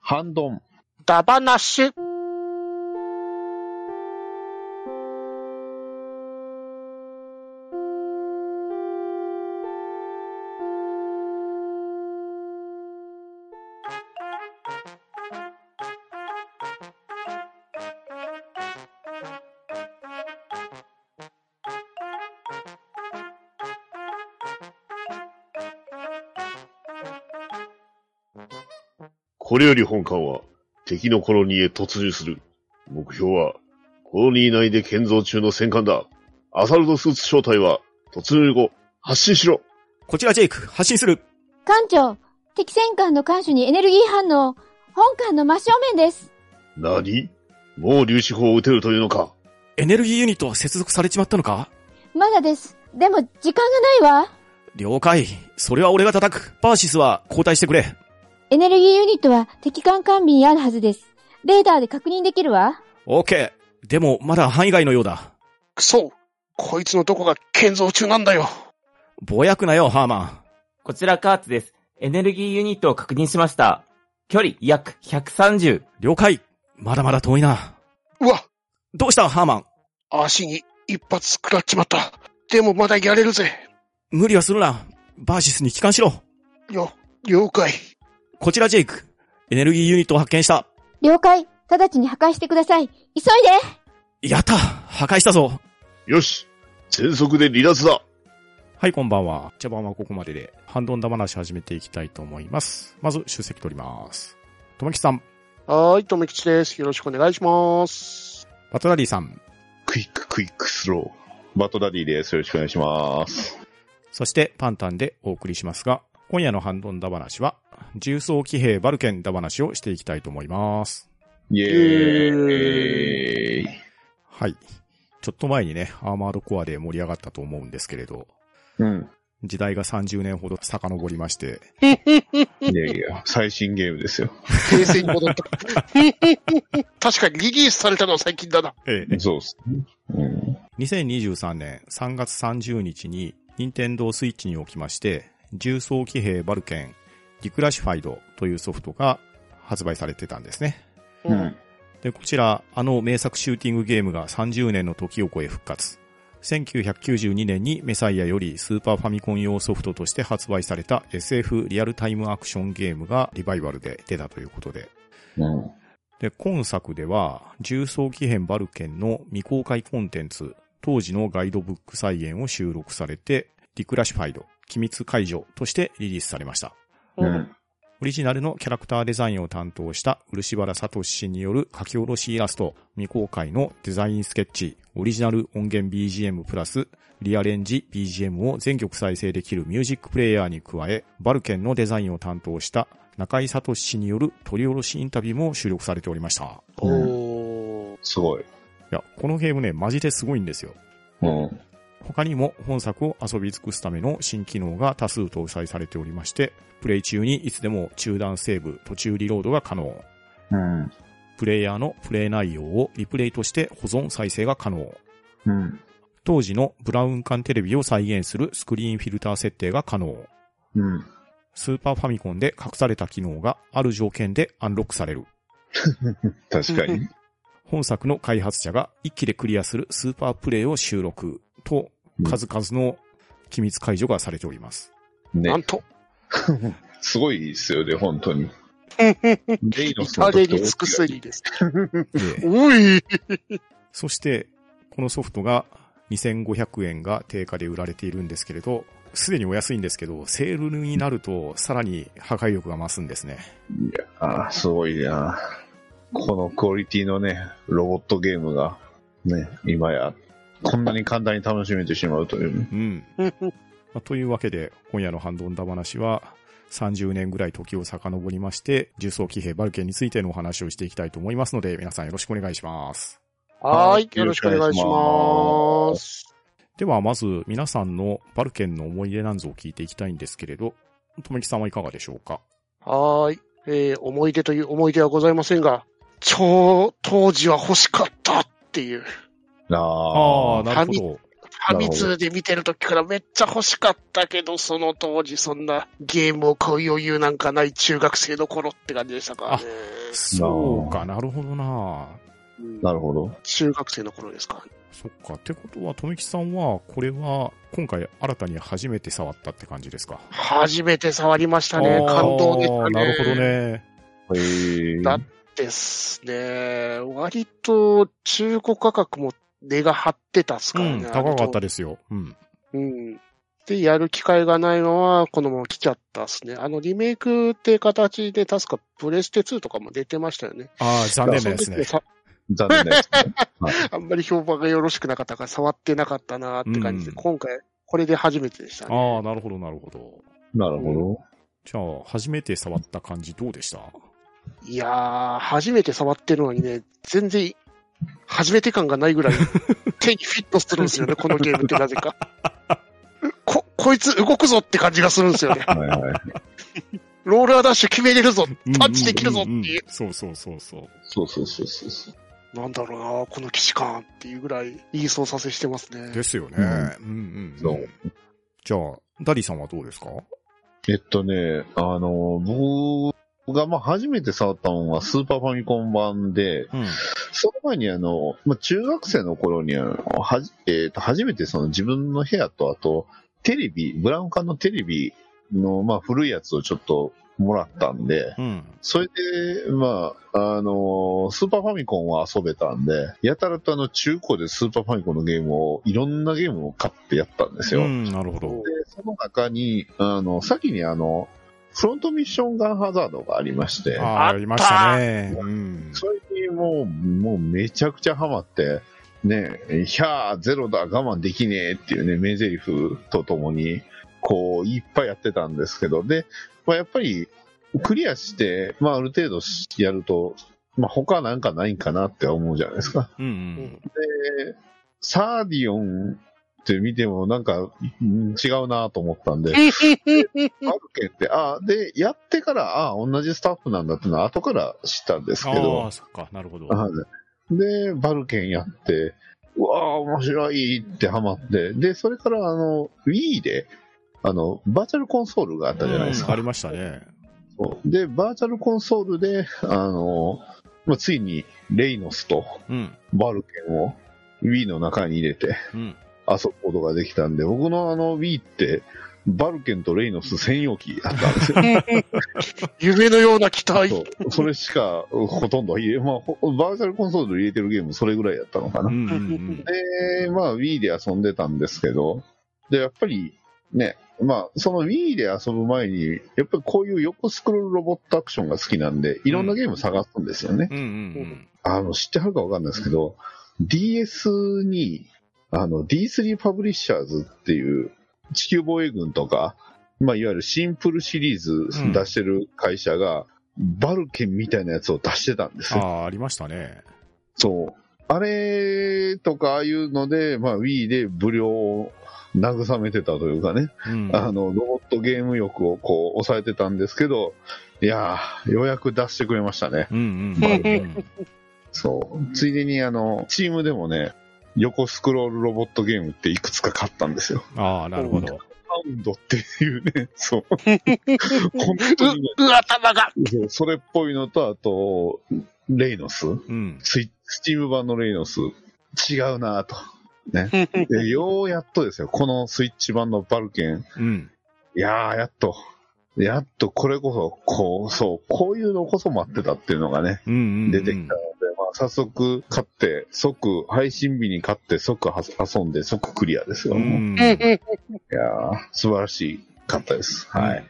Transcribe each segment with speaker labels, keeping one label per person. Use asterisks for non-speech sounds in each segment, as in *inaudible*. Speaker 1: 寒丼
Speaker 2: だばなし
Speaker 3: これより本艦は敵のコロニーへ突入する。目標はコロニー内で建造中の戦艦だ。アサルトスーツ正体は突入後発進しろ。
Speaker 4: こちらジェイク、発進する。
Speaker 5: 艦長、敵戦艦の艦首にエネルギー反応、本艦の真正面です。
Speaker 3: 何もう粒子砲を撃てるというのか
Speaker 4: エネルギーユニットは接続されちまったのか
Speaker 5: まだです。でも、時間がないわ。
Speaker 4: 了解。それは俺が叩く。パーシスは交代してくれ。
Speaker 5: エネルギーユニットは敵艦艦尾にあるはずです。レーダーで確認できるわ。
Speaker 4: オッケー。でも、まだ範囲外のようだ。
Speaker 2: くそこいつのどこが建造中なんだよ
Speaker 4: ぼやくなよ、ハーマン。
Speaker 6: こちらカーツです。エネルギーユニットを確認しました。距離約130。
Speaker 4: 了解。まだまだ遠いな。
Speaker 2: うわ
Speaker 4: どうした、ハーマン。
Speaker 2: 足に一発食らっちまった。でもまだやれるぜ。
Speaker 4: 無理はするな。バーシスに帰還しろ。
Speaker 2: よ、了解。
Speaker 4: こちらジェイク。エネルギーユニットを発見した。
Speaker 5: 了解。直ちに破壊してください。急いで
Speaker 4: やった破壊したぞ
Speaker 3: よし全速で離脱だ
Speaker 7: はい、こんばんは。茶番はここまでで、ハンドンダ話始めていきたいと思います。まず、出席取ります。ともきさん、
Speaker 2: はーい、とめきちです。よろしくお願いします。
Speaker 7: バトダディさん、
Speaker 3: クイッククイックスロ
Speaker 8: バトダディです。よろしくお願いし
Speaker 3: *laughs*
Speaker 8: ます。
Speaker 7: そしてパンタンでお送りしますが、今夜のハンドンダ話は、重装騎兵バルケンダ話をしていきたいと思います。
Speaker 8: イェーイ。
Speaker 7: はい。ちょっと前にね、アーマードコアで盛り上がったと思うんですけれど、
Speaker 8: うん。
Speaker 7: 時代が30年ほど遡りまして、
Speaker 8: いやいや、最新ゲームですよ。
Speaker 2: 平成に戻った。 *laughs* 確かにリリースされたのは最近だな。
Speaker 7: ええ
Speaker 8: そうですね。うん。
Speaker 7: 2023年3月30日に、任天堂スイッチにおきまして、重装騎兵バルケン、ディクラシファイドというソフトが発売されてたんですね。
Speaker 8: う
Speaker 2: うん
Speaker 8: ん。
Speaker 7: で、こちら、あの名作シューティングゲームが30年の時を超え復活。1992年にメサイアよりスーパーファミコン用ソフトとして発売された SF リアルタイムアクションゲームがリバイバルで出たということで。
Speaker 8: うん。
Speaker 7: で、今作では、重装機編バルケンの未公開コンテンツ、当時のガイドブック再現を収録されて、ディクラシファイド、機密解除としてリリースされました。
Speaker 8: うん。
Speaker 7: オリジナルのキャラクターデザインを担当した漆原聡氏による書き下ろしイラスト、未公開のデザインスケッチ、オリジナル音源 BGM プラス、リアレンジ BGM を全曲再生できるミュージックプレイヤーに加え、バルケンのデザインを担当した中井聡氏による取り下ろしインタビューも収録されておりました。
Speaker 2: おー。
Speaker 8: すごい。
Speaker 7: いや、このゲームね、マジですごいんですよ。
Speaker 8: うん。
Speaker 7: 他にも本作を遊び尽くすための新機能が多数搭載されておりまして、プレイ中にいつでも中断セーブ、途中リロードが可能。
Speaker 8: うん。
Speaker 7: プレイヤーのプレイ内容をリプレイとして保存再生が可能。
Speaker 8: うん。
Speaker 7: 当時のブラウン管テレビを再現するスクリーンフィルター設定が可能。
Speaker 8: うん。
Speaker 7: スーパーファミコンで隠された機能がある条件でアンロックされる。
Speaker 8: 確かに。
Speaker 7: 本作の開発者が一気でクリアするスーパープレイを収録と
Speaker 8: うん
Speaker 7: 数々の機密解除がされております。
Speaker 8: ね
Speaker 2: な。んと。
Speaker 8: すごいですよね、本当に。レイノス
Speaker 2: 至
Speaker 8: の
Speaker 2: れ
Speaker 8: 時
Speaker 2: り
Speaker 8: と
Speaker 2: 尽くすりです。
Speaker 7: で
Speaker 2: おい。
Speaker 7: そして、このソフトが2500円が定価で売られているんですけれど、すでにお安いんですけど、セールになるとさらに破壊力が増すんですね。
Speaker 8: ああ、すごいな。このクオリティのね、ロボットゲームが、ね、今や、こんなに簡単に楽しめてしまうという。
Speaker 7: うん。まあというわけで、今夜のハンドンダ話は、30年ぐらい時を遡りまして、重装騎兵バルケンについてのお話をしていきたいと思いますので、皆さんよろしくお願いします。
Speaker 2: は
Speaker 8: は
Speaker 2: ー
Speaker 8: い
Speaker 2: い、よろしくお願いします。
Speaker 7: では、まず、皆さんのバルケンの思い出なんぞを聞いていきたいんですけれど、とめきさんはいかがでしょうか
Speaker 2: はーい。えー思い出という思い出はございませんが、超、当時は欲しかったっていう。
Speaker 8: ああ
Speaker 7: ー、なるほど。
Speaker 2: ファミ通で見てる時からめっちゃ欲しかったけど、その当時そんなゲームを買う余裕なんかない中学生の頃って感じでしたからね。
Speaker 7: そうか、なるほどな。
Speaker 2: うん
Speaker 8: なるほど。
Speaker 2: 中学生の頃ですか。
Speaker 7: そっか。ってことは、富木さんは、これは、今回新たに初めて触ったって感じですか。
Speaker 2: 初めて触りましたね。
Speaker 7: あー
Speaker 2: 感動でしたね。
Speaker 7: なるほど。ね。
Speaker 8: へえ。
Speaker 2: だですね。割と中古価格も値が張ってたっす
Speaker 7: う
Speaker 2: からね。
Speaker 7: ん、高かった
Speaker 2: で。
Speaker 7: ですよ。うん。
Speaker 2: うん。で、やる機会がないまま、このまま来ちゃったっすね。あの、リメイクって形で、確かプレステ2とかも出てましたよね。
Speaker 7: ああ、残念なやつ
Speaker 2: その
Speaker 7: ね
Speaker 2: 時。さ
Speaker 8: 残念です *laughs* ね。
Speaker 2: あんまり評判がよろしくなかったから、触ってなかったなって感じで、
Speaker 7: うん
Speaker 2: 今回、これで初めてでしたね。
Speaker 7: ああ、なるほど、なるほど。
Speaker 8: なるほ
Speaker 7: じゃあ、初めて触った感じどうでした
Speaker 2: いやー、初めて触ってるのにね、全然、初めて感がないぐらい、手にフィットするんですよね、このゲームってなぜか。 *laughs* こ、こいつ動くぞって感じがするんですよね。
Speaker 8: ど。はいはい。
Speaker 2: ローラーダッシュ決めれるぞパンチできるぞって
Speaker 7: んんん
Speaker 2: いうん
Speaker 7: そうそうそうそう。
Speaker 8: *laughs* そうそうそうそうそう。
Speaker 2: なんだろうなこの騎士感っていうぐらい、いい操作性してますね
Speaker 7: で。すよね。うんうん。
Speaker 8: そう
Speaker 7: じゃあ、ダリさんはどうですか
Speaker 8: えっとね、あの、僕がまあ初めて触ったのはスーパーファミコン版で、
Speaker 7: うん。
Speaker 8: その前にあの、まあ、中学生の頃にあのはじ、えーと初めてその自分の部屋とあとテレビ、ブラウン管のテレビの、まあ、古いやつをちょっともらったんで、
Speaker 7: うん。
Speaker 8: それで、まあ、あのスーパーファミコンは遊べたんで、やたらとあの中古でスーパーファミコンのゲームを、いろんなゲームを買ってやったんですよ。
Speaker 7: うん、なるほど。
Speaker 8: で、その中に、あの、先にあの、フロントミッションガンハザードがありまして、
Speaker 7: ああ、いましたね。うん。
Speaker 8: それにもう、もうめちゃくちゃハマって、ね、ひゃー、ゼロだ、我慢できねえっていうね、名台詞とともに、こう、いっぱいやってたんですけど、で、まあ、やっぱり、クリアして、まあ、ある程度しやると、まあ、他なんかないんかなって思うじゃないですか。
Speaker 7: うんうん。
Speaker 8: で、サーディオンって見てもなんか、うん違うなと思ったんで、あるけって、ああ、で、やってから、ああ、同じスタッフなんだってのは後から知ったんですけ
Speaker 7: あ
Speaker 8: ど
Speaker 7: あ、、そっか、なるほど。
Speaker 8: はいで、バルケンやって、うわあ、面白いってハマって、で、それから、あの、Wii で、あの、バーチャルコンソールがあったじゃないです
Speaker 7: うんあ
Speaker 8: か。
Speaker 7: りましたね。
Speaker 8: で、バーチャルコンソールで、あの、まあ、ついに、レイノスと
Speaker 7: うん。
Speaker 8: バルケンを Wii の中に入れて
Speaker 7: うん。
Speaker 8: 遊ぶことができたんで、僕のあの Wii って、バルケンとレイノス専用機だったんですよ。
Speaker 2: 夢のような期
Speaker 8: そ
Speaker 2: 待。
Speaker 8: う *laughs* それしか、ほとんど入れ、まあ、ほバーチャルコンソール入れてるゲーム、それぐらいやったのかな
Speaker 7: うん。うんうん。
Speaker 8: で、まあ Wii で遊んでたんですけど、で、やっぱりね、まあその Wii で遊ぶ前に、やっぱりこういう横スクロールロボットアクションが好きなんで、いろんなゲーム探すんですよね。
Speaker 7: うんうん
Speaker 8: あの、知ってはるかわかんないですけど、DS に、あの、D3 パブリッシャーズっていう地球防衛軍とか、まあいわゆるシンプルシリーズ出してる会社が、バルケンみたいなやつを出してたんです
Speaker 7: うん。あ
Speaker 8: よ。
Speaker 7: あ、ありましたね。
Speaker 8: そう。あれとか、ああいうので、まあ、Wii で無料を慰めてたというかね、
Speaker 7: うん。
Speaker 8: あの、ロボットゲーム欲をこう、抑えてたんですけど、いやー、ようやく出してくれましたね。
Speaker 7: うんうんうんうん。
Speaker 8: そう。ついでに、あの、チームでもね、横スクロールロボットゲームっていくつか買ったんですよ。
Speaker 7: ああ、なるほど。
Speaker 8: ハウンドっていうね、そう。本当にね
Speaker 2: う、う、頭が。
Speaker 8: そうそれっぽいのと、あと、レイノス。
Speaker 7: うん。
Speaker 8: スイスチーム版のレイノス、違うなぁと。ね。でようやっとですよ、このスイッチ版のバルケン。
Speaker 7: うん。
Speaker 8: いやー、やっと。やっとこれこそ、こう、そう、こういうのこそ待ってたっていうのがね、
Speaker 7: うんうんうん。
Speaker 8: 出てきたので、まあ、早速買って、即、配信日に買って、即は遊んで、即クリアですよ。
Speaker 7: う
Speaker 8: い
Speaker 7: ん。
Speaker 8: やー、素晴らしかったです。はい。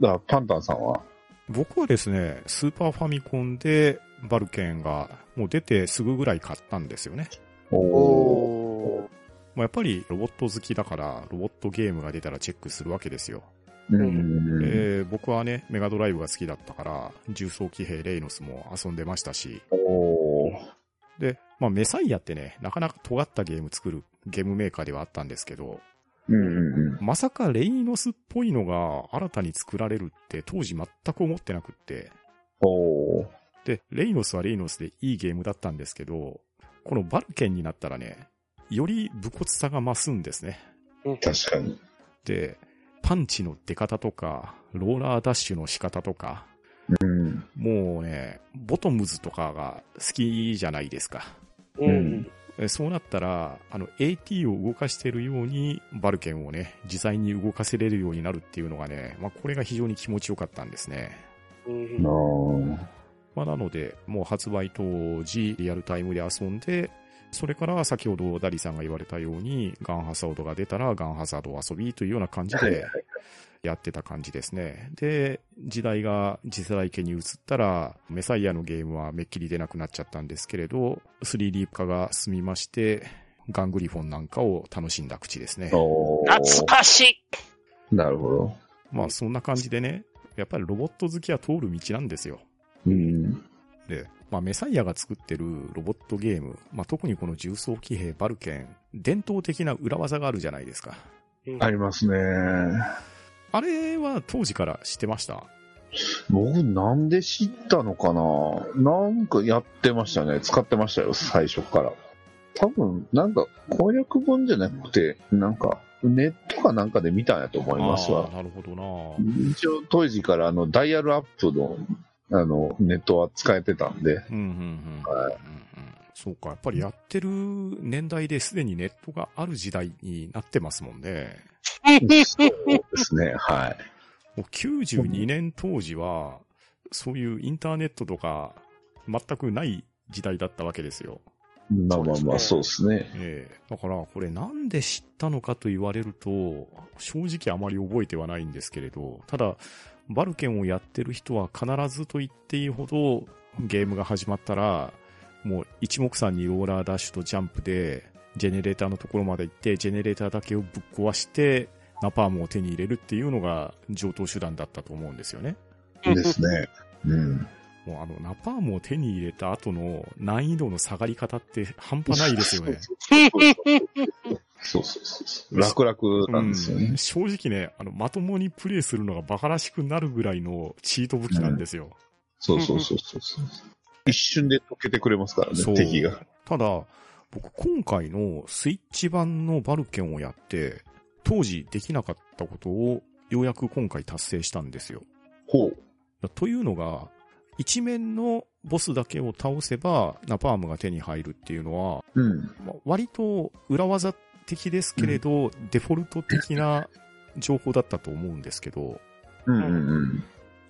Speaker 8: だから、パンタンさんは、
Speaker 7: 僕はですね、スーパーファミコンでバルケンがもう出てすぐぐらい買ったんですよね。
Speaker 8: おー
Speaker 2: おー。
Speaker 7: まあ、やっぱりロボット好きだから、ロボットゲームが出たらチェックするわけですよ。
Speaker 8: うん。
Speaker 7: えー僕はね、メガドライブが好きだったから、重装騎兵レイノスも遊んでましたし、
Speaker 8: おー
Speaker 7: で、まあ、メサイアってね、なかなか尖ったゲーム作るゲームメーカーではあったんですけど、
Speaker 8: うんうんうん。
Speaker 7: まさかレイノスっぽいのが新たに作られるって当時全く思ってなくって、
Speaker 8: おー
Speaker 7: で、レイノスはレイノスでいいゲームだったんですけど、このバルケンになったらね、より武骨さが増すんですね。
Speaker 8: 確かに。
Speaker 7: で、パンチの出方とか、ローラーダッシュの仕方とか、
Speaker 8: うん。
Speaker 7: もうね、ボトムズとかが好きじゃないですか。
Speaker 2: うんう
Speaker 8: うん
Speaker 2: ん。
Speaker 7: えそうなったら、あの、AT を動かしてるように、バルケンをね、自在に動かせれるようになるっていうのがね、まあ、これが非常に気持ちよかったんですね。
Speaker 2: うん
Speaker 8: あー
Speaker 7: まあ、なので、もう発売当時、リアルタイムで遊んで、それから先ほどダリさんが言われたように、ガンハサードが出たらガンハサード遊びというような感じ
Speaker 8: はいはい
Speaker 7: でやってた感じですね。で、時代が次世代系に移ったら、メサイアのゲームはめっきり出なくなっちゃったんですけれど、3D 化が進みまして、ガングリフォンなんかを楽しんだ口ですね。
Speaker 8: おー
Speaker 2: 懐かしい
Speaker 8: なるほど。
Speaker 7: まあそんな感じでね、やっぱりロボット好きは通る道なんですよ。
Speaker 8: うん。
Speaker 7: で、まあ、メサイアが作ってるロボットゲーム、まあ、特にこの重装騎兵バルケン、伝統的な裏技があるじゃないですか。
Speaker 8: ありますね。
Speaker 7: あれは当時から知ってました
Speaker 8: 僕なんで知ったのかななんかやってましたね。使ってましたよ、最初から。多分、なんか攻略本じゃなくて、なんかネットかなんかで見たんやと思います
Speaker 7: あ
Speaker 8: わ
Speaker 7: あ。なるほどな
Speaker 8: 一応当時からあのダイヤルアップのあのネットは使えてたんで。
Speaker 7: うんうんうん。
Speaker 8: は
Speaker 7: うんうんそうか、やっぱりやってる年代ですでにネットがある時代になってますもんね。
Speaker 8: そうですね、はい。
Speaker 7: もう92年当時は、そういうインターネットとか全くない時代だったわけですよ。
Speaker 8: まあまあまあ、そうですね。
Speaker 7: ええだから、これなんで知ったのかと言われると、正直あまり覚えてはないんですけれど、ただ、バルケンをやってる人は必ずと言っていいほど、ゲームが始まったら、もう一目散にローラーダッシュとジャンプで、ジェネレーターのところまで行って、ジェネレーターだけをぶっ壊して、ナパームを手に入れるっていうのが上等手段だったと思うんですよね。
Speaker 8: ですね。うん。
Speaker 7: もうあの、ナパームを手に入れた後の難易度の下がり方って半端ないです *laughs* よね。
Speaker 8: そうそうそうそう。楽々なんですよね。
Speaker 7: うん正直ね、あの、まともにプレイするのがバカらしくなるぐらいのチート武器なんですよ。
Speaker 8: そうそうそうそうそう。一瞬で溶けてくれますからね、
Speaker 7: そう
Speaker 8: 敵が。
Speaker 7: ただ、僕今回のスイッチ版のバルケンをやって、当時できなかったことをようやく今回達成したんですよ。
Speaker 8: ほう。
Speaker 7: というのが、一面のボスだけを倒せばナパームが手に入るっていうのは、
Speaker 8: うん。
Speaker 7: まあ割と裏技的ですけれど、デフォルト的な情報だったと思うんですけど、
Speaker 8: うんうんうん。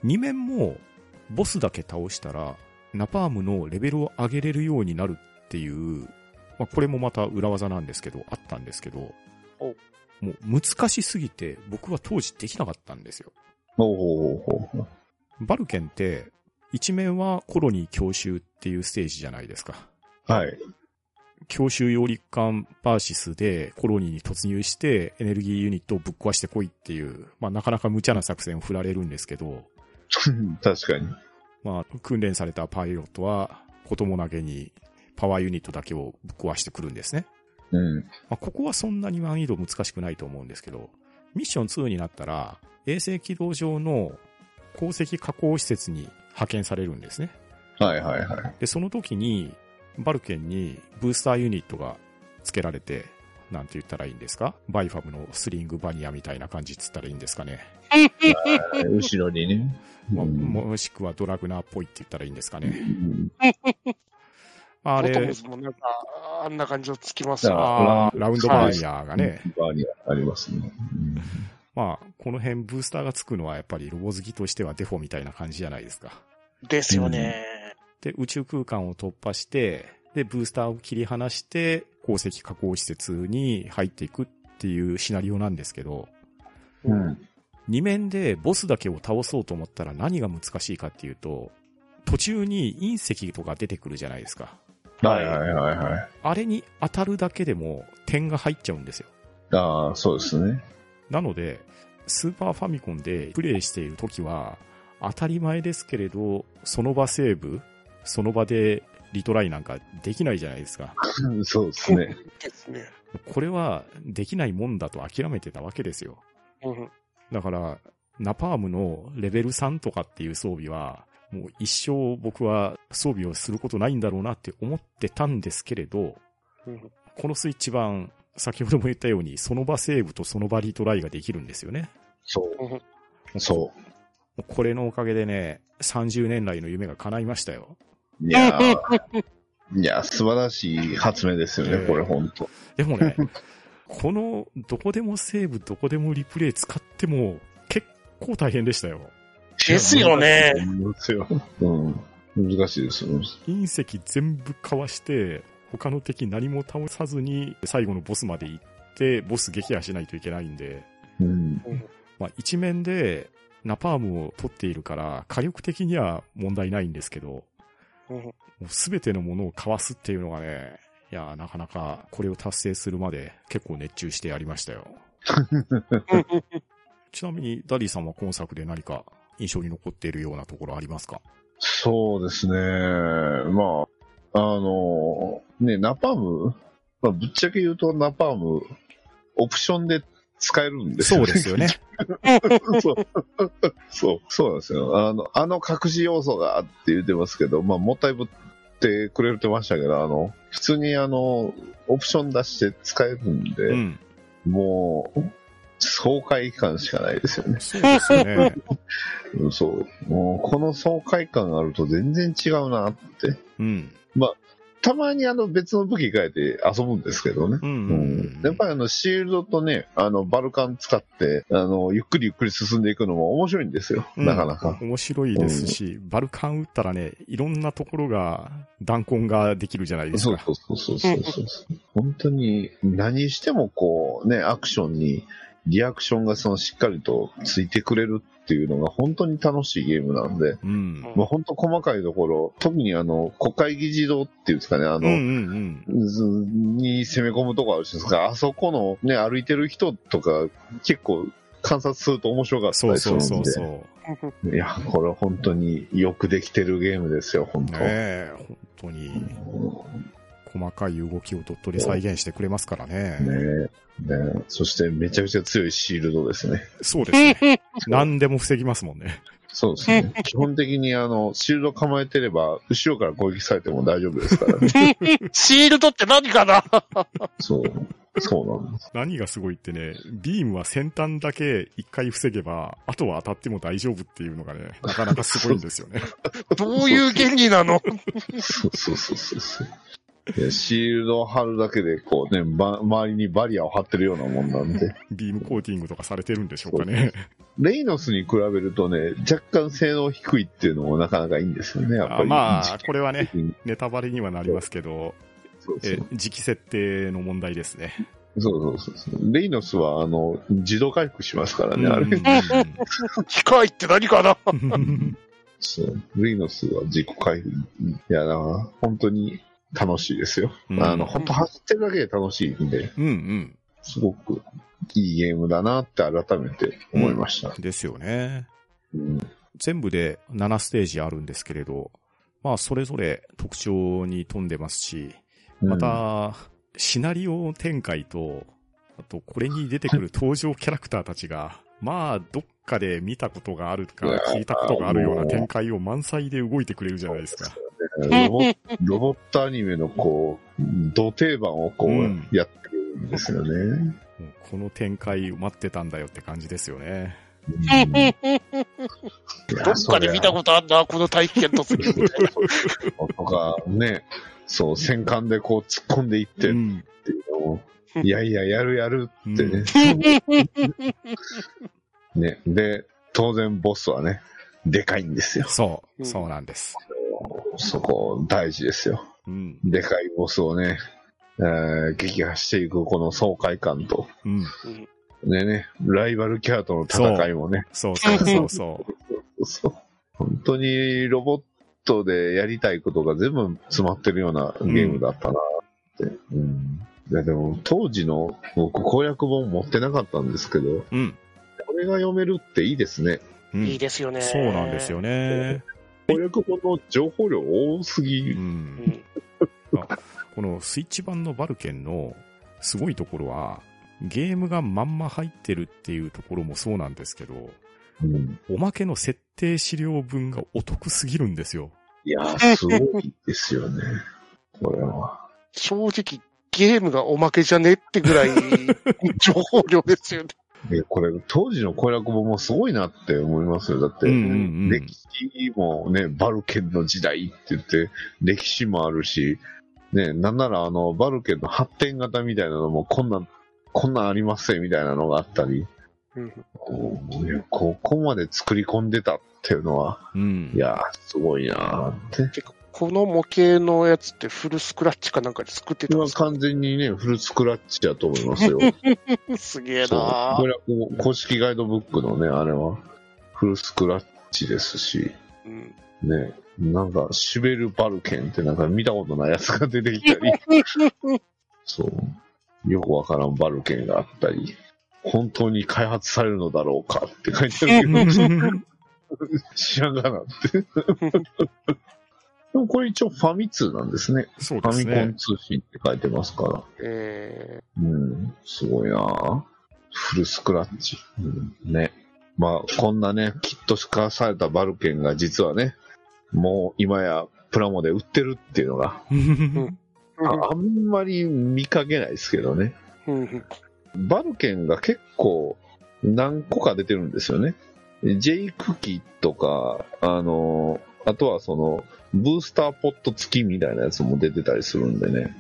Speaker 7: 二面もボスだけ倒したら、ナパームのレベルを上げれるようになるっていう、まあ、これもまた裏技なんですけど、あったんですけど、
Speaker 2: お
Speaker 7: もう難しすぎて僕は当時できなかったんですよ。
Speaker 8: ほうほうほうほう。
Speaker 7: バルケンって、一面はコロニー強襲っていうステージじゃないですか。
Speaker 8: はい。 *laughs*
Speaker 7: 強襲揚陸艦パーシスでコロニーに突入してエネルギーユニットをぶっ壊してこいっていう、まあなかなか無茶な作戦を振られるんですけど、
Speaker 8: 確かに。
Speaker 7: まあ、訓練されたパイロットは、子供投げにパワーユニットだけをぶっ壊してくるんですね。
Speaker 8: うん。
Speaker 7: まあ、ここはそんなに難易度難しくないと思うんですけど、ミッション2になったら、衛星軌道上の鉱石加工施設に派遣されるんですね。
Speaker 8: はいはいはい。
Speaker 7: で、その時に、バルケンにブースターユニットが付けられて、なんて言ったらいいんですかバイファムのスリングバニアみたいな感じっつったらいいんですかね。
Speaker 8: はい後ろにね。
Speaker 7: まあ
Speaker 8: うん
Speaker 7: もしくはドラグナーっぽいって言ったらいいんですかね。
Speaker 8: うん
Speaker 7: あ
Speaker 2: ボト
Speaker 7: れ
Speaker 2: ム、ズもなんか、あんな感じのつきます
Speaker 8: だ
Speaker 2: よ。
Speaker 7: あ
Speaker 8: あ
Speaker 7: ー
Speaker 8: ー
Speaker 7: ラウンドバーニアがね、
Speaker 8: バーにありますね。うん
Speaker 7: まあ、この辺ブースターがつくのはやっぱりロボ好きとしてはデフォみたいな感じじゃないですか。
Speaker 2: ですよね。
Speaker 7: で、宇宙空間を突破して、で、ブースターを切り離して、鉱石加工施設に入っていくっていうシナリオなんですけど、
Speaker 8: うん。
Speaker 7: 二面でボスだけを倒そうと思ったら何が難しいかっていうと、途中に隕石とか出てくるじゃないですか。
Speaker 8: はいはいはいはい。
Speaker 7: あれに当たるだけでも点が入っちゃうんですよ。
Speaker 8: ああ、そうですね。 *laughs*
Speaker 7: なので、スーパーファミコンでプレイしている時は、当たり前ですけれど、その場セーブ、その場でリトライなんかできないじゃないですか。
Speaker 8: そうですね。
Speaker 2: ですね。
Speaker 7: これはできないもんだと諦めてたわけですよ。
Speaker 2: うん。
Speaker 7: だから、ナパームのレベル3とかっていう装備は、もう一生僕は装備をすることないんだろうなって思ってたんですけれど、
Speaker 2: うん
Speaker 7: このスイッチ版、先ほども言ったように、その場セーブとその場リトライができるんですよね。
Speaker 8: そう。そう。
Speaker 7: もうこれのおかげでね、30年来の夢が叶いましたよ。
Speaker 8: いやー
Speaker 7: *laughs*
Speaker 8: いや、素晴らしい発明ですよ
Speaker 7: ええ
Speaker 8: ね、これ本当
Speaker 7: でもね、この、どこでもセーブ、どこでもリプレイ使っても、結構大変でしたよ。
Speaker 2: ですよね。
Speaker 8: ですよ。うん。難しいです。うん
Speaker 7: 隕石全部かわして、他の敵何も倒さずに、最後のボスまで行って、ボス撃破しないといけないんで、
Speaker 8: うん。
Speaker 7: まあ、一面でナパームを取っているから、火力的には問題ないんですけど、
Speaker 2: うん
Speaker 7: もうすべてのものをかわすっていうのがね、いやー、なかなかこれを達成するまで結構熱中してやりましたよ。ちなみに、ダディさんは今作で何か印象に残っているようなところありますか
Speaker 8: そうですね。まあ、あの、ね、ナパーム、まあ、ぶっちゃけ言うとナパーム、オプションで使えるんですよね。
Speaker 7: よね。
Speaker 8: そう。 *laughs* そう。そうなんですよ。あの、あの隠し要素がって言ってますけど、まあ、もったいぶってくれてましたけど、あの、普通にあの、オプション出して使えるんで、
Speaker 7: うん。
Speaker 8: もう、爽快感しかないですよね。
Speaker 7: そうですよね。
Speaker 8: うんそう。もう、この爽快感があると全然違うなって。
Speaker 7: うん。
Speaker 8: たまにあの別の武器変えて遊ぶんですけどね。
Speaker 7: うん
Speaker 8: う
Speaker 7: うんん。
Speaker 8: やっぱりあのシールドとね、あのバルカン使って、あの、ゆっくりゆっくり進んでいくのも面白いんですよ。
Speaker 7: うん
Speaker 8: なかなか。
Speaker 7: 面白いですし、バルカン打ったらね、いろんなところが、弾痕ができるじゃないです
Speaker 8: そう
Speaker 7: か。
Speaker 8: そうそうそうそうそう。本当に何してもこうね、アクションにリアクションがそのしっかりとついてくれるっていうのが本当に楽しいゲームなんで、
Speaker 7: うん。
Speaker 8: まあ、本当細かいところ、特にあの、国会議事堂っていうんですかね、あ
Speaker 7: うんう
Speaker 8: の、
Speaker 7: ん
Speaker 8: ずに攻め込むとこあるじゃないですか、あそこのね、歩いてる人とか結構観察すると面白か
Speaker 7: う
Speaker 8: っ
Speaker 7: ん。
Speaker 8: た
Speaker 7: そう
Speaker 8: りする
Speaker 7: そ
Speaker 8: ん
Speaker 7: う
Speaker 8: で。
Speaker 7: そうそう。
Speaker 8: いや、これ本当によくできてるゲームですよ、本
Speaker 7: ね
Speaker 8: 当。
Speaker 7: え、本当に。細かい動きを鳥取で再現してくれますからね。
Speaker 8: ねえねえそしてめちゃくちゃ強いシールドですね。
Speaker 7: そうですね。何でも防ぎますもんね。
Speaker 8: そうですね。基本的にあの、シールド構えてれば、後ろから攻撃されても大丈夫ですからね。
Speaker 2: シールドって何かな
Speaker 8: そう。そうなんです。
Speaker 7: 何がすごいってね、ビームは先端だけ一回防げば、あとは当たっても大丈夫っていうのがね、なかなかすごいんですよね。
Speaker 2: *laughs* どういう原理なの
Speaker 8: そうそうそうそうそう。いやシールドを貼るだけで、こうね、ば、周りにバリアを張ってるようなもんなんで。
Speaker 7: ビームコーティングとかされてるんでしょうかね。
Speaker 8: レイノスに比べるとね、若干性能低いっていうのもなかなかいいんですよね、やっぱ
Speaker 7: あ
Speaker 8: り。
Speaker 7: ま
Speaker 8: 時
Speaker 7: あ、
Speaker 8: 期
Speaker 7: これはね、
Speaker 8: 的に
Speaker 7: ネタバレにはなりますけど、
Speaker 8: そうそ
Speaker 7: え
Speaker 8: う
Speaker 7: 時期設定の問題ですね。
Speaker 8: そうそうそう。レイノスは、あの、自動回復しますからね、あれ。
Speaker 7: う
Speaker 2: 機械って何かなん
Speaker 8: そう。レイノスは自己回復。いや、だから、本当に楽しいですよ。
Speaker 7: う
Speaker 8: *laughs*
Speaker 7: ん
Speaker 8: あの、本当走ってるだけで楽しいんで、
Speaker 7: うんうん。
Speaker 8: すごくいいゲームだなって改めて思いました。
Speaker 7: ですよね。
Speaker 8: うん。
Speaker 7: 全部で7ステージあるんですけれど、まあ、それぞれ特徴に富んでますし、また、シナリオ展開と、あと、これに出てくる登場キャラクターたちが、まあ、どっかで見たことがあるか、聞いたことがあるような展開を満載で動いてくれるじゃないですか。
Speaker 8: ロボ、ロボットアニメのこう、土定番をこ
Speaker 7: うん
Speaker 8: う、やってるんですよね。
Speaker 7: もうこの展開待ってたんだよって感じですよね。
Speaker 8: うんいや *laughs*
Speaker 2: どっかで見たことあんな、この体験とするみたいな。
Speaker 8: とか、ね、そう、戦艦でこう突っ込んでいって
Speaker 7: う
Speaker 8: る
Speaker 7: ん
Speaker 8: っていうのを、いやいや、やるやるってね。ね、で、当然ボスはね、でかいんですよ。
Speaker 7: そう、そうなんです。
Speaker 8: そこ、大事ですよ。
Speaker 7: うん、
Speaker 8: でかいボスをね、えー撃破していくこの爽快感と、
Speaker 7: うん。
Speaker 8: ねね、ライバルキャラとの戦いもね、
Speaker 7: そうそうそうそう。
Speaker 8: そう本当にロボットでやりたいことが全部詰まってるようなゲームだったなって。うんいやでも当時の僕攻略本持ってなかったんですけど、
Speaker 7: うん。
Speaker 8: これが読めるっていいですね。
Speaker 7: うん
Speaker 2: いいですよね。
Speaker 7: そうなんです。よね。
Speaker 8: 攻略本の情報量多すぎ
Speaker 7: う。
Speaker 8: る。
Speaker 2: うんん。
Speaker 7: このスイッチ版のバルケンのすごいところは、ゲームがまんま入ってるっていうところもそうなんですけど、
Speaker 8: うん
Speaker 7: おまけの設定資料分がお得すぎるんですよ。
Speaker 8: いやー、すごいですよね。これは。
Speaker 7: *laughs*
Speaker 2: 正直、ゲームがおまけじゃねってぐらい、情報量ですよね。
Speaker 8: えこれ、当時の攻略本もすごいなって思いますよ。だって、
Speaker 7: うんうんうん
Speaker 8: 歴史もね、バルケンの時代って言って、歴史もあるし、ね、なんならあの、バルケンの発展型みたいなのも、こんな、こんなんありますよみたいなのがあったり、
Speaker 2: うん
Speaker 8: こうねここまで作り込んでたっていうのは、
Speaker 7: うん
Speaker 8: い。やー、すごいなーって。
Speaker 2: てかこの模型のやつってフルスクラッチかなんかで作ってたん
Speaker 8: 今
Speaker 2: ですか
Speaker 8: 完全にね、フルスクラッチだと思いますよ。
Speaker 2: すげえ
Speaker 8: そう
Speaker 2: な
Speaker 8: これはこう公式ガイドブックのね、あれは、フルスクラッチですし、
Speaker 2: うん
Speaker 8: ね、なんか、シュベルバルケンってなんか見たことないやつが出てきた
Speaker 7: *laughs*
Speaker 8: り、そう、よくわからんバルケンがあったり、本当に開発されるのだろうかって書いてあるけど、知らんがな
Speaker 7: *laughs*
Speaker 8: って。でもこれ一応ファミ通なんですね。
Speaker 7: そう
Speaker 8: フ
Speaker 7: で
Speaker 8: ァ
Speaker 7: す
Speaker 8: ミコン
Speaker 7: ね。
Speaker 8: 通信って書いてますから。
Speaker 2: え
Speaker 8: うん、すごいなぁフルスクラッチ。うん、ね。まあ、こんなね、キット化されたバルケンが実はね、もう今やプラモで売ってるっていうのが、
Speaker 2: ー
Speaker 8: ああんまり見かけないですけどね。
Speaker 2: うんうん
Speaker 8: バルケンが結構何個か出てるんですよね。ジェイク機とか、あのーあとはその、ブースターポット付きみたいなやつも出てたりするんでね。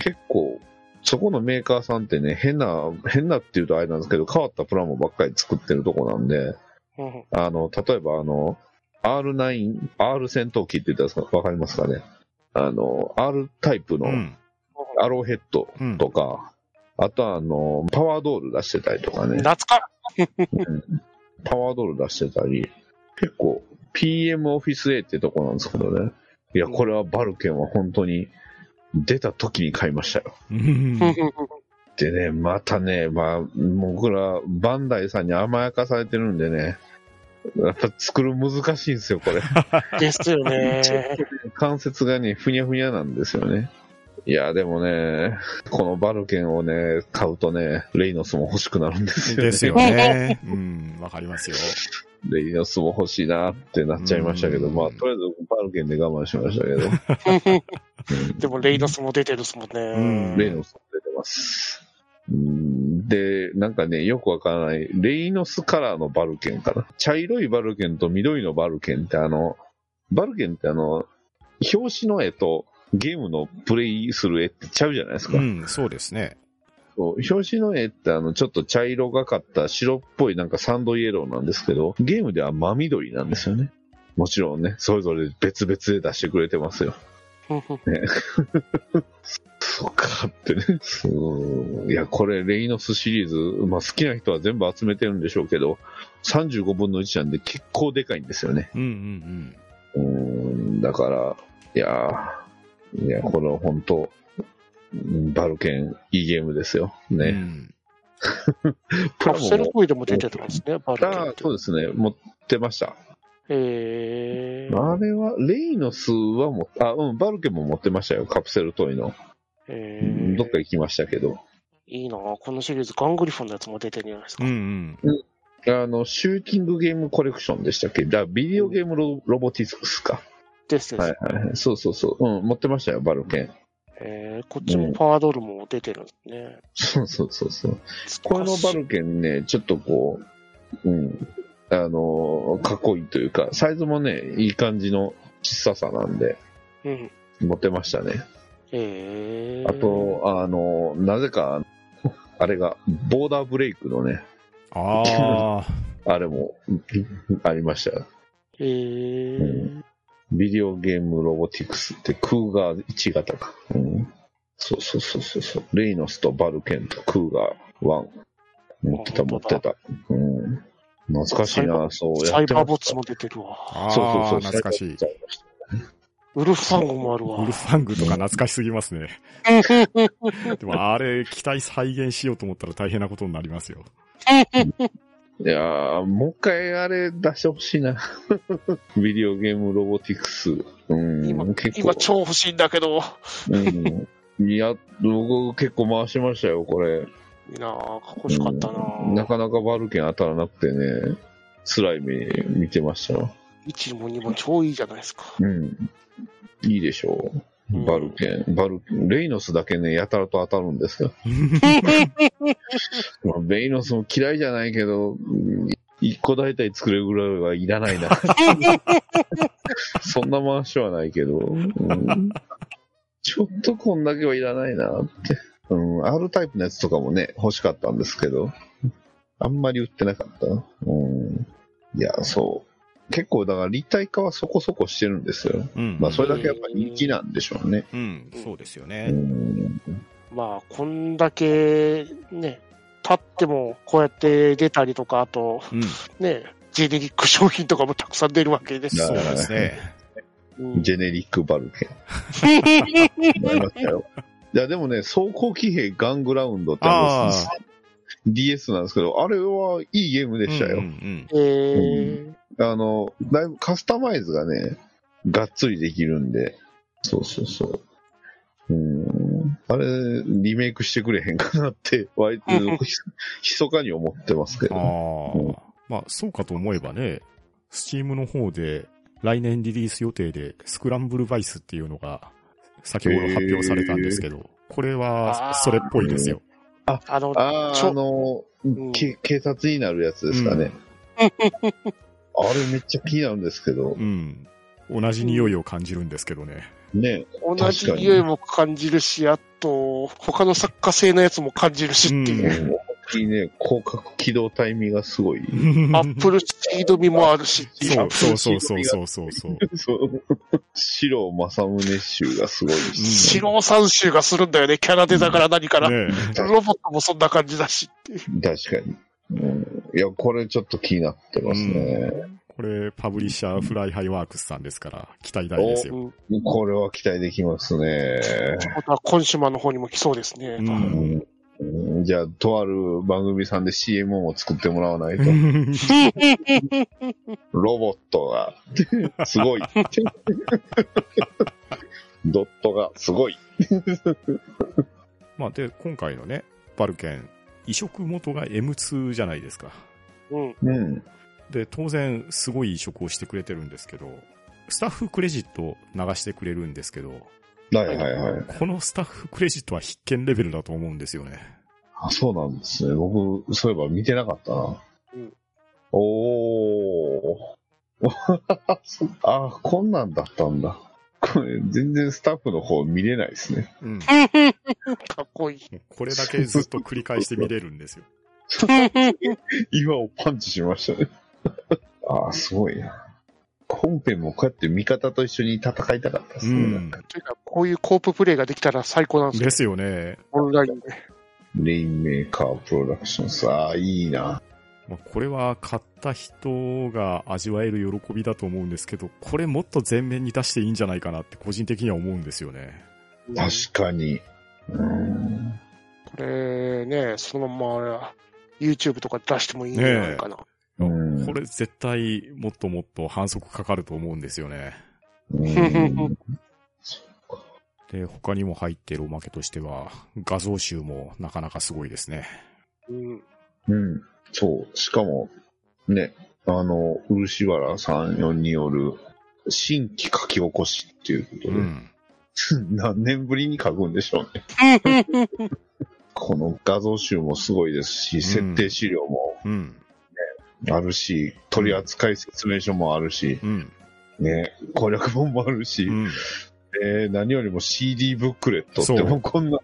Speaker 8: 結構、そこのメーカーさんってね、変な、変なって言うとあれなんですけど、変わったプラモばっかり作ってるとこなんで、
Speaker 2: うん
Speaker 8: あの、例えばあの、R9、R 戦闘機って言ったらわかりますかね。あの、R タイプの
Speaker 7: うん。
Speaker 8: アローヘッド
Speaker 7: うん。
Speaker 8: とか、あとはあの、パワードール出してたりとかね、
Speaker 2: 懐か
Speaker 8: パワードール出してたり、結構 PM オフィス A ってとこなんですけどね。いや、これはバルケンは本当に出た時に買いましたよ。
Speaker 7: うん
Speaker 2: うんうん
Speaker 8: でね、またね、まあ、僕らバンダイさんに甘やかされてるんでね、やっぱ作る難しいんですよ、これ。 *laughs*
Speaker 2: うんですよね
Speaker 8: ちょっとね関節がね、ふにゃふにゃなんですよね。いや、でもね、このバルケンをね、買うとね、レイノスも欲しくなるんですよね。
Speaker 7: ですよね。うん。わかりますよ。
Speaker 8: レイノスも欲しいなってなっちゃいましたけど、
Speaker 7: うん
Speaker 8: まあ、とりあえずバルケンで我慢しましたけど、
Speaker 2: でもレイノスも出てるっすもんね。
Speaker 7: うん
Speaker 8: レイノスも出てます。うんで、なんかね、よくわからない、レイノスカラーのバルケンかな。茶色いバルケンと緑のバルケンって、あの、バルケンってあの、表紙の絵とゲームのプレイする絵ってちゃうじゃないですか。
Speaker 7: うん、そうですね。
Speaker 8: そう表紙の絵ってあの、ちょっと茶色がかった白っぽいなんかサンドイエローなんですけど、ゲームでは真緑なんですよね。もちろんね、それぞれ別々で出してくれてますよ。そっかってね。うんいや、これ、レイノスシリーズ、まあ好きな人は全部集めてるんでしょうけど、35分の1なんで結構でかいんですよね。
Speaker 7: うん
Speaker 8: う
Speaker 7: うん
Speaker 8: ーんだから、いやーいや、これは本当、うんバルケン、いいゲームですよ。
Speaker 7: うん。
Speaker 8: ね。プ
Speaker 2: カ
Speaker 8: ラモ
Speaker 2: プセル
Speaker 8: も
Speaker 2: トイでも出てたんですね、バルケン
Speaker 8: あ
Speaker 2: っ
Speaker 8: あ
Speaker 2: て
Speaker 8: そうですね、持ってました。
Speaker 2: えー
Speaker 8: あれは、レイノスはも、あ、うん、バルケンも持ってましたよ、カプセルトイの。
Speaker 2: えー
Speaker 8: どっか行きましたけど。
Speaker 2: いいなぁこのシリーズ、ガングリフォンのやつも出てるじゃないです
Speaker 7: う
Speaker 2: か。
Speaker 7: んうん。
Speaker 8: あの、シューティングゲームコレクションでしたっけだビデオゲームロロボティクスか。
Speaker 2: ですで
Speaker 8: は
Speaker 2: す、
Speaker 8: いはいはい。そうそうそう。うん、持ってましたよ、バルケン。
Speaker 2: えーこっちもパワードルも出てるんですね。
Speaker 8: そうそうそうそう。これ
Speaker 2: 懐か
Speaker 8: の
Speaker 2: しい
Speaker 8: バルケンね、ちょっとこう、うん、あのーかっこいいというか、サイズもね、いい感じの小ささなんで、
Speaker 2: うん。
Speaker 8: 持ってましたね。
Speaker 2: えー、
Speaker 8: あ、と、あのーなぜか、あれが、ボーダーブレイクのね、
Speaker 7: ああ。
Speaker 8: *laughs* あれも、ありましたよ。
Speaker 2: えー
Speaker 8: うんビデオゲームロボティクスって、クーガー1型か。うん。そうそうそうそうそう。レイノスとバルケンとクーガー1。持ってた、
Speaker 2: あ
Speaker 8: 持
Speaker 2: 本
Speaker 8: っ
Speaker 2: 当
Speaker 8: て
Speaker 2: だ
Speaker 8: た。うん。懐かしいな、そうやってました。
Speaker 2: サイバーボッツも出てるわ。
Speaker 7: あ
Speaker 8: そうそうそ
Speaker 7: あ、
Speaker 8: う。
Speaker 7: 懐かしい。
Speaker 8: サイバーボッツあり
Speaker 2: ウルフサンゴもあるわ。
Speaker 7: ウルファングとか懐かしすぎます
Speaker 2: *laughs*
Speaker 7: ね。でもあれ、機体再現しようと思ったら大変なことになりますよ。
Speaker 8: ましたいやー、もう一回あれ出してほしいな。 *laughs* ビデオゲームロボティクス。うん。
Speaker 2: 今
Speaker 8: 結構
Speaker 2: 今超欲しいんだけど、
Speaker 8: うん。いや、僕結構回しましたよ、これ。
Speaker 2: いいなぁかっこよかったな
Speaker 8: うんな
Speaker 2: ぁ
Speaker 8: かなかバルケン当たらなくてね、辛い目見てましたよ。
Speaker 2: 一1も2も超いいじゃないですか。
Speaker 8: うん。いいでしょう。
Speaker 2: うん
Speaker 8: バルケン、バル、レイノスだけね、やたらと当たるんですけど。まあ、レイノスも嫌いじゃないけど、うん一個大体作れるぐらいはいらないな。そんな回しはないけど、うんちょっとこんだけはいらないなって。うん、R タイプのやつとかもね、欲しかったんですけど、あんまり売ってなかったな。うん。いや、そう。結構、だから立体化はそこそこしてるんですよ。
Speaker 7: うん。
Speaker 8: まあ、それだけやっぱ人気なんでしょうね。
Speaker 7: うん、そうですよ
Speaker 8: う
Speaker 7: ね。
Speaker 8: ん。
Speaker 2: まあ、こんだけね、立ってもこうやって出たりとか、あと
Speaker 7: うん。
Speaker 2: ね、ジェネリック商品とかもたくさん出るわけです。
Speaker 7: そうですね。
Speaker 2: うん
Speaker 8: ジェネリックバル
Speaker 7: *laughs*
Speaker 8: ケン。なりましたよ。いや、でもね、走行騎兵ガングラウンドってあ
Speaker 7: あ
Speaker 8: の DS なんですけど、あれはいいゲー *laughs* ムでしたよ。
Speaker 7: うんうん
Speaker 2: えー
Speaker 8: あの、だいぶカスタマイズがね、がっつりできるんで、そうそうそう。うん。あれ、リメイクしてくれへんかなって、割と、ひそかに思ってますけ
Speaker 7: うん。
Speaker 8: ど。
Speaker 7: ああ。まあ、そうかと思えばね、スチームの方で、来年リリース予定で、スクランブルバイスっていうのが、先ほど発表されたんですけど、これは
Speaker 2: あ、ー
Speaker 7: それっぽいですよ。
Speaker 2: あの、
Speaker 8: あ
Speaker 2: ち
Speaker 8: あ、
Speaker 2: ょ
Speaker 8: あの、
Speaker 2: ん
Speaker 8: け警察になるやつですかね。あれめっちゃ気になるんですけど
Speaker 7: う、ん。同じ匂いを感じるんですけどね。
Speaker 8: ね、
Speaker 2: 同じ匂いも感じるし、あと、他の作家性のやつも感じるしっていう。
Speaker 8: うんいいね、広角機動体味がすごい。
Speaker 2: アップルシード味もあるしっていう。
Speaker 7: そうそうそうそうそうそう
Speaker 8: *laughs*
Speaker 7: そう。
Speaker 8: そう。白正宗衆がすごいし。
Speaker 2: 四郎三種がするんだよね、キャラデザから何から。
Speaker 7: ね
Speaker 2: ロボットもそんな感じだしっていう。
Speaker 8: 確かに、うん。いや、これちょっと気になってますね。
Speaker 7: これ、パブリッシャーフライハイワークスさんですから、期待大ですよ。
Speaker 2: うん
Speaker 8: これは期待できますね。
Speaker 2: また、コンシュマの方にも来そうですね。
Speaker 8: う
Speaker 7: う
Speaker 8: んんうんじゃあ、とある番組さんで CM を作ってもらわないと。
Speaker 7: う
Speaker 8: ロボットが、すご
Speaker 7: *laughs*
Speaker 8: い。ドットが、すごい。
Speaker 7: *laughs* まあ、で、今回のね、バルケン、移植元が M2 じゃないですか。
Speaker 2: うん。
Speaker 8: うん。
Speaker 7: で、当然、すごい移植をしてくれてるんですけど、スタッフクレジットを流してくれるんですけど、
Speaker 8: はいはいはい。
Speaker 7: このスタッフクレジットは必見レベルだと思うんですよね。
Speaker 8: あそうなんですね。僕、そういえば見てなかったな。
Speaker 2: うん
Speaker 8: おー。 *laughs* そあ、こんなんだったんだ。これ、全然スタッフの方見れないですね。
Speaker 7: うん。も
Speaker 2: かっこいい。
Speaker 7: うこれだけずっと繰り返して見れるんですよ。
Speaker 8: 岩をパンチしましたね。 *laughs* あー、すごいな。本編もこうやって味方と一緒に戦いたかったです
Speaker 7: う
Speaker 8: ね。
Speaker 7: ん。
Speaker 2: というか、こういうコーププレイができたら最高なんですよ。
Speaker 7: ですよね。
Speaker 2: オンラインで。
Speaker 8: レインメーカープロダクションさ、あーいいな。
Speaker 7: まあ、これは買った人が味わえる喜びだと思うんですけど、これもっと前面に出していいんじゃないかなって個人的には思うんですよね。
Speaker 8: 確かに。うん。
Speaker 2: これね、そのまま YouTube とか出してもいいんじゃないかな。
Speaker 8: うん
Speaker 7: これ絶対もっともっと反則かかると思うんですよね。
Speaker 8: うん
Speaker 7: で、他にも入ってるおまけとしては、画像集もなかなかすごいですね。
Speaker 2: うん。
Speaker 8: うん。そう。しかも、ね、あの、漆原さんによる、新規書き起こしっていうこと
Speaker 7: う
Speaker 8: で、
Speaker 7: ん。
Speaker 8: *laughs* 何年ぶりに書くんでしょうね。この画像集もすごいですし、設定資料も
Speaker 7: うん。
Speaker 8: あるし、取扱説明書もあるし、
Speaker 7: うん。
Speaker 8: ね、攻略本もあるし、
Speaker 7: うん。
Speaker 8: えー何よりも CD ブックレットっ
Speaker 7: そ
Speaker 8: て、
Speaker 7: う
Speaker 8: もうこんな、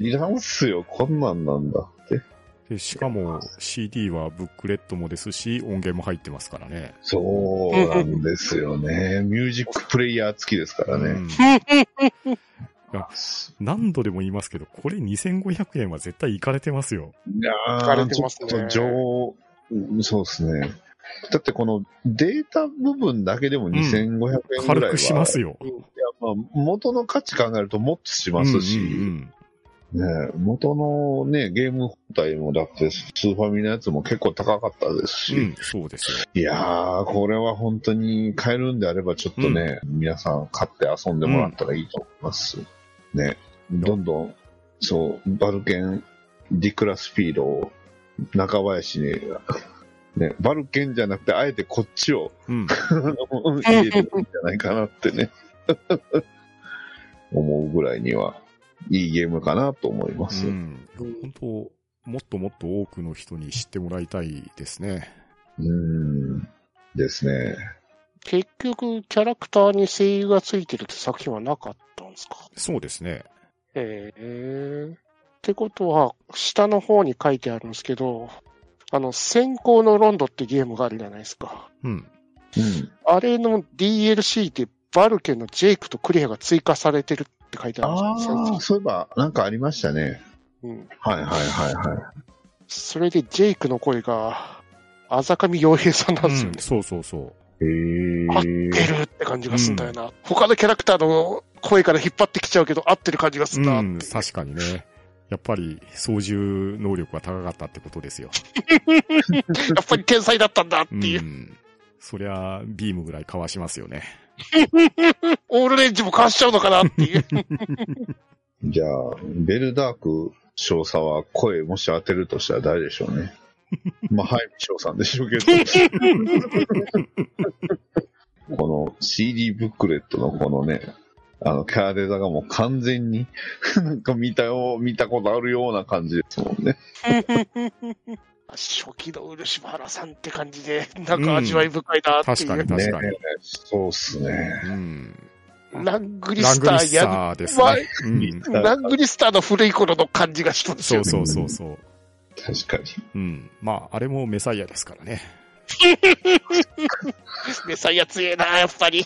Speaker 8: いらんっすよ、こんなんなんだって。
Speaker 7: で、しかも CD はブックレットもですし、音源も入ってますからね。
Speaker 8: そうなんですよね。ミュージックプレイヤー付きですから
Speaker 7: う
Speaker 8: ね。
Speaker 7: ん。何度でも言いますけど、これ2500円は絶対いかれてますよ。
Speaker 8: いや
Speaker 2: 疲れ
Speaker 8: ー、
Speaker 2: て
Speaker 8: ちょっ
Speaker 2: ますね
Speaker 8: と上、うんそうですね。だってこのデータ部分だけでも2500円ぐらいは、
Speaker 7: 軽くしますよ。
Speaker 8: いやまあ、元の価値考えるともっとしますし、
Speaker 7: うんうん
Speaker 8: ね、元のね、ゲーム本体もだってスーファミのやつも結構高かったですし、
Speaker 7: うんうん、そうですよ。
Speaker 8: いやー、これは本当に買えるんであれば、ちょっとね、皆さん買って遊んでもらったらいいと思います。ね、どんどん、そう、バルケン、ディクラスピードを中林に、ね、バルケンじゃなくて、あえてこっちを
Speaker 7: うん。
Speaker 8: あの入れるんじゃないかなってね。 *laughs* 思うぐらいには、いいゲームかなと思いま
Speaker 7: う
Speaker 8: す。うん。
Speaker 7: ん。本当、もっともっと多くの人に知ってもらいたいですね。
Speaker 8: ですね。
Speaker 2: 結局、キャラクターに声優がついてるって作品はなかったんですか
Speaker 7: そうですね。
Speaker 2: ええってことは、下の方に書いてあるんですけど、あの、先行のロンドってゲームがあるじゃないですか。
Speaker 7: うん。
Speaker 8: うん。
Speaker 2: あれの DLC でバルケのジェイクとクリアが追加されてるって書いてあるん
Speaker 8: あ
Speaker 2: ですよ
Speaker 8: あ、そういえば、なんかありましたね。
Speaker 2: うん。
Speaker 8: はいはいはいはい。
Speaker 2: それでジェイクの声が、あざかみ洋平さんなんですよね。
Speaker 7: そうそうそう。
Speaker 8: へ
Speaker 2: 合っ
Speaker 8: ー
Speaker 2: 出るって感じがすんだよな。他のキャラクターの声から引っ張ってきちゃうけど、合ってる感じがすんな
Speaker 7: う
Speaker 2: っていう。
Speaker 7: ん、確かにね。やっぱり操縦能力が高かったってことですよ。
Speaker 2: やっぱり天才だったんだって
Speaker 7: う
Speaker 2: いう。
Speaker 7: ん。そりゃ、ビームぐらいかわしますよね。
Speaker 2: オールレンジもかわしちゃうのかなって
Speaker 7: *laughs*
Speaker 2: いう。
Speaker 8: じゃあ、ベルダーク少佐は声もし当てるとしたら誰でしょう
Speaker 7: *laughs*
Speaker 8: ね。まあ、はい、少佐でしょうけ
Speaker 7: *laughs*
Speaker 8: ど。この CD ブックレットのこのね、あの、キャラデザがもう完全に、 *laughs* なんか見たよ、見たことあるような感じですもんね。
Speaker 2: 初期の漆原さんって感じで、なんか味わい深いなって
Speaker 7: 確
Speaker 2: い
Speaker 7: かに
Speaker 2: う。
Speaker 7: 確かに。
Speaker 8: ねえそうっすね。
Speaker 7: うん。
Speaker 2: ラングリ
Speaker 7: ラン
Speaker 2: ス
Speaker 7: グ
Speaker 2: タ
Speaker 7: リッ
Speaker 2: ーや
Speaker 7: サーですね。うん
Speaker 8: ー
Speaker 2: ラングリスターの古い頃の感じがします
Speaker 7: そ
Speaker 2: よ
Speaker 7: う
Speaker 2: ね。
Speaker 7: そうそうそう。
Speaker 8: 確かに。
Speaker 7: うん。まあ、あれもメサイアですからね。
Speaker 2: メサイア強えな、やっぱり。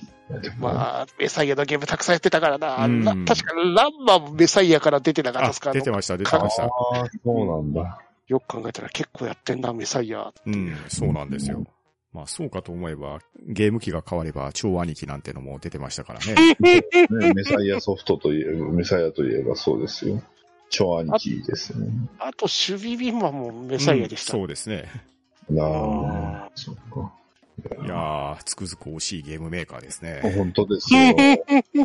Speaker 2: まあ、メサイアのゲームたくさんやってたからな。
Speaker 7: うん
Speaker 2: ラ確かランマもメサイアから出てなかった
Speaker 7: あ
Speaker 2: ですか、ら
Speaker 7: 出てました、出て
Speaker 8: あ
Speaker 7: ました。
Speaker 8: あー、そうなんだ。
Speaker 2: よく考えたら結構やってんな、メサイア。
Speaker 7: うん、そうなんですよ。まあ、そうかと思えば、ゲーム機が変われば、超兄貴なんてのも出てましたからね。
Speaker 8: ね、メサイアソフトといえば、メサイアといえばそうですよ。超兄貴ですね。
Speaker 2: あと、守備ビンマンもメサイアでした。
Speaker 7: うんそうですね。
Speaker 8: なあ、そっか。
Speaker 7: いやー、つくづく惜しいゲームメーカーですね。
Speaker 8: 本当ですよ。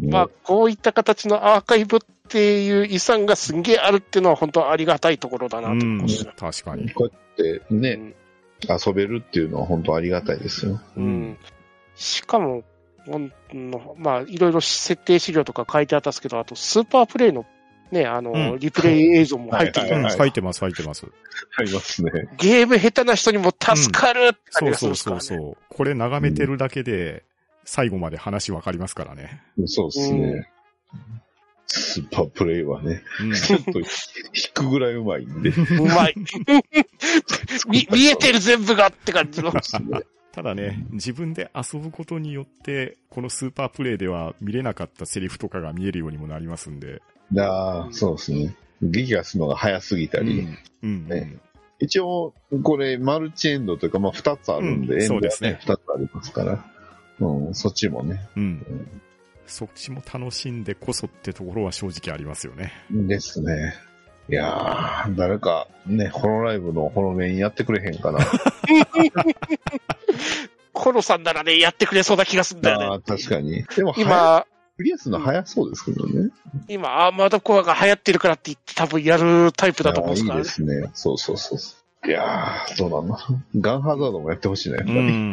Speaker 2: まあ、こういった形のアーカイブっていう遺産がすんげえあるっていうのは本当はありがたいところだな
Speaker 7: う
Speaker 2: と思い
Speaker 7: ん
Speaker 2: ますよ、、
Speaker 7: 確かに
Speaker 8: ね。こうやってね、遊べるっていうのは本当ありがたいですよ。
Speaker 2: うん。しかも、ほんのまあ、いろいろ設定資料とか書いてあったんですけど、あと、スーパープレイのね、あの、
Speaker 7: うん
Speaker 2: リプレイ映像も入ってきて、
Speaker 8: はい
Speaker 7: うん、入ってます、入ってます。
Speaker 8: ありますね。
Speaker 2: ゲーム下手な人にも助かるって感
Speaker 7: そ
Speaker 2: じ
Speaker 7: う
Speaker 2: がす
Speaker 7: そ
Speaker 2: るん
Speaker 7: う
Speaker 2: です
Speaker 7: そ
Speaker 2: から
Speaker 7: う
Speaker 2: ね。
Speaker 7: そう。これ眺めてるだけで、最後まで話わかりますからね。
Speaker 8: そうですね。スーパープレイはね、
Speaker 7: うん。
Speaker 8: ちょっと引くぐらいうまいんで。
Speaker 2: う
Speaker 7: *laughs*
Speaker 2: まい。 *laughs* み見えてる全部がって感じの。
Speaker 7: ただね、自分で遊ぶことによって、このスーパープレイでは見れなかったセリフとかが見えるようにもなりますんで。
Speaker 8: なあ、そうですね。撃破するのが早すぎた
Speaker 7: う
Speaker 8: り。
Speaker 7: ん。うん。
Speaker 8: ね一応、これ、マルチエンドというか、まあ、二つあるんで、エ
Speaker 7: うん
Speaker 8: ンド
Speaker 7: そうで
Speaker 8: は
Speaker 7: すね
Speaker 8: ね、二つありますから。うん、そっちもね。
Speaker 7: うん。そっちも楽しんでこそってところは正直ありますよね。
Speaker 8: ですね。いやー、誰か、ね、ホロライブのホロメインやってくれへんか
Speaker 2: *laughs*
Speaker 8: な。
Speaker 2: コロさんならね、やってくれそうな気がするんだよ
Speaker 8: あ
Speaker 2: ね。
Speaker 8: あ、確かに。でも、早い
Speaker 2: 今、
Speaker 8: クリアするの早そうですけどね。
Speaker 2: 今、アーマードコアが流行ってるからって言って多分やるタイプだと思うんですか
Speaker 8: あ
Speaker 2: ら
Speaker 8: あいい
Speaker 2: ね
Speaker 8: で。すね。そうそうそうそう。いやー、どうなんのガンハザードもやってほしいね、やっぱり。
Speaker 7: ん。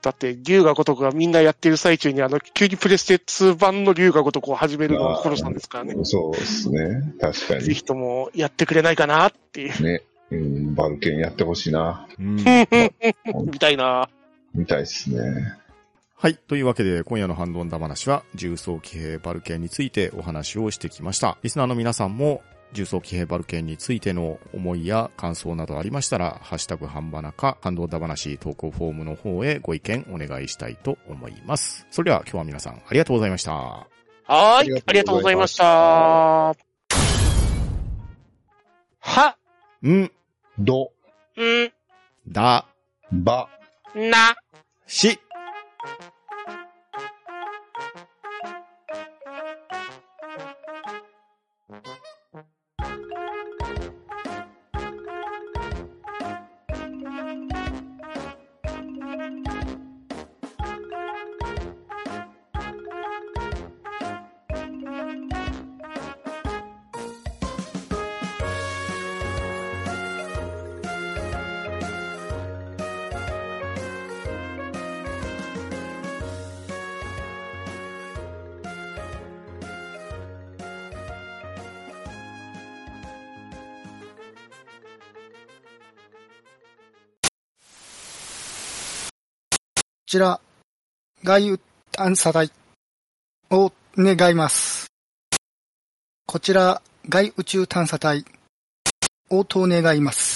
Speaker 2: だって、龍が如くがみんなやってる最中に、あの、急にプレステ2版の龍が如くを始めるのはコロさんですからね。
Speaker 8: そうですね。確か
Speaker 2: ぜ
Speaker 8: に。
Speaker 2: ひともやってくれないかなっていう、
Speaker 8: ね。うん、バルケンやってほしいな。
Speaker 7: うん
Speaker 2: みたいな。
Speaker 8: みたいですね。
Speaker 7: はい。というわけで、今夜のハンドンダ話は、重装騎兵バルケンについてお話をしてきました。リスナーの皆さんも、重装騎兵バルケンについての思いや感想などありましたら、ハッシュタグハンバナか、ハンドンダ話投稿フォームの方へご意見お願いしたいと思います。それでは今日は皆さんありがとうございました。
Speaker 2: はーい、あ
Speaker 8: あ
Speaker 2: り
Speaker 8: り
Speaker 2: が
Speaker 8: が
Speaker 2: と
Speaker 8: と
Speaker 2: う
Speaker 8: うご
Speaker 2: ござ
Speaker 8: ざ
Speaker 2: い
Speaker 8: い
Speaker 2: ま
Speaker 8: ま
Speaker 2: し。
Speaker 8: したた
Speaker 2: は、
Speaker 7: ん、
Speaker 8: ど、
Speaker 2: ん、
Speaker 7: だ、
Speaker 8: ば、
Speaker 2: な。
Speaker 7: し。
Speaker 1: ちら、外雨探査隊を願います。こちら、外宇宙探査隊応答願います。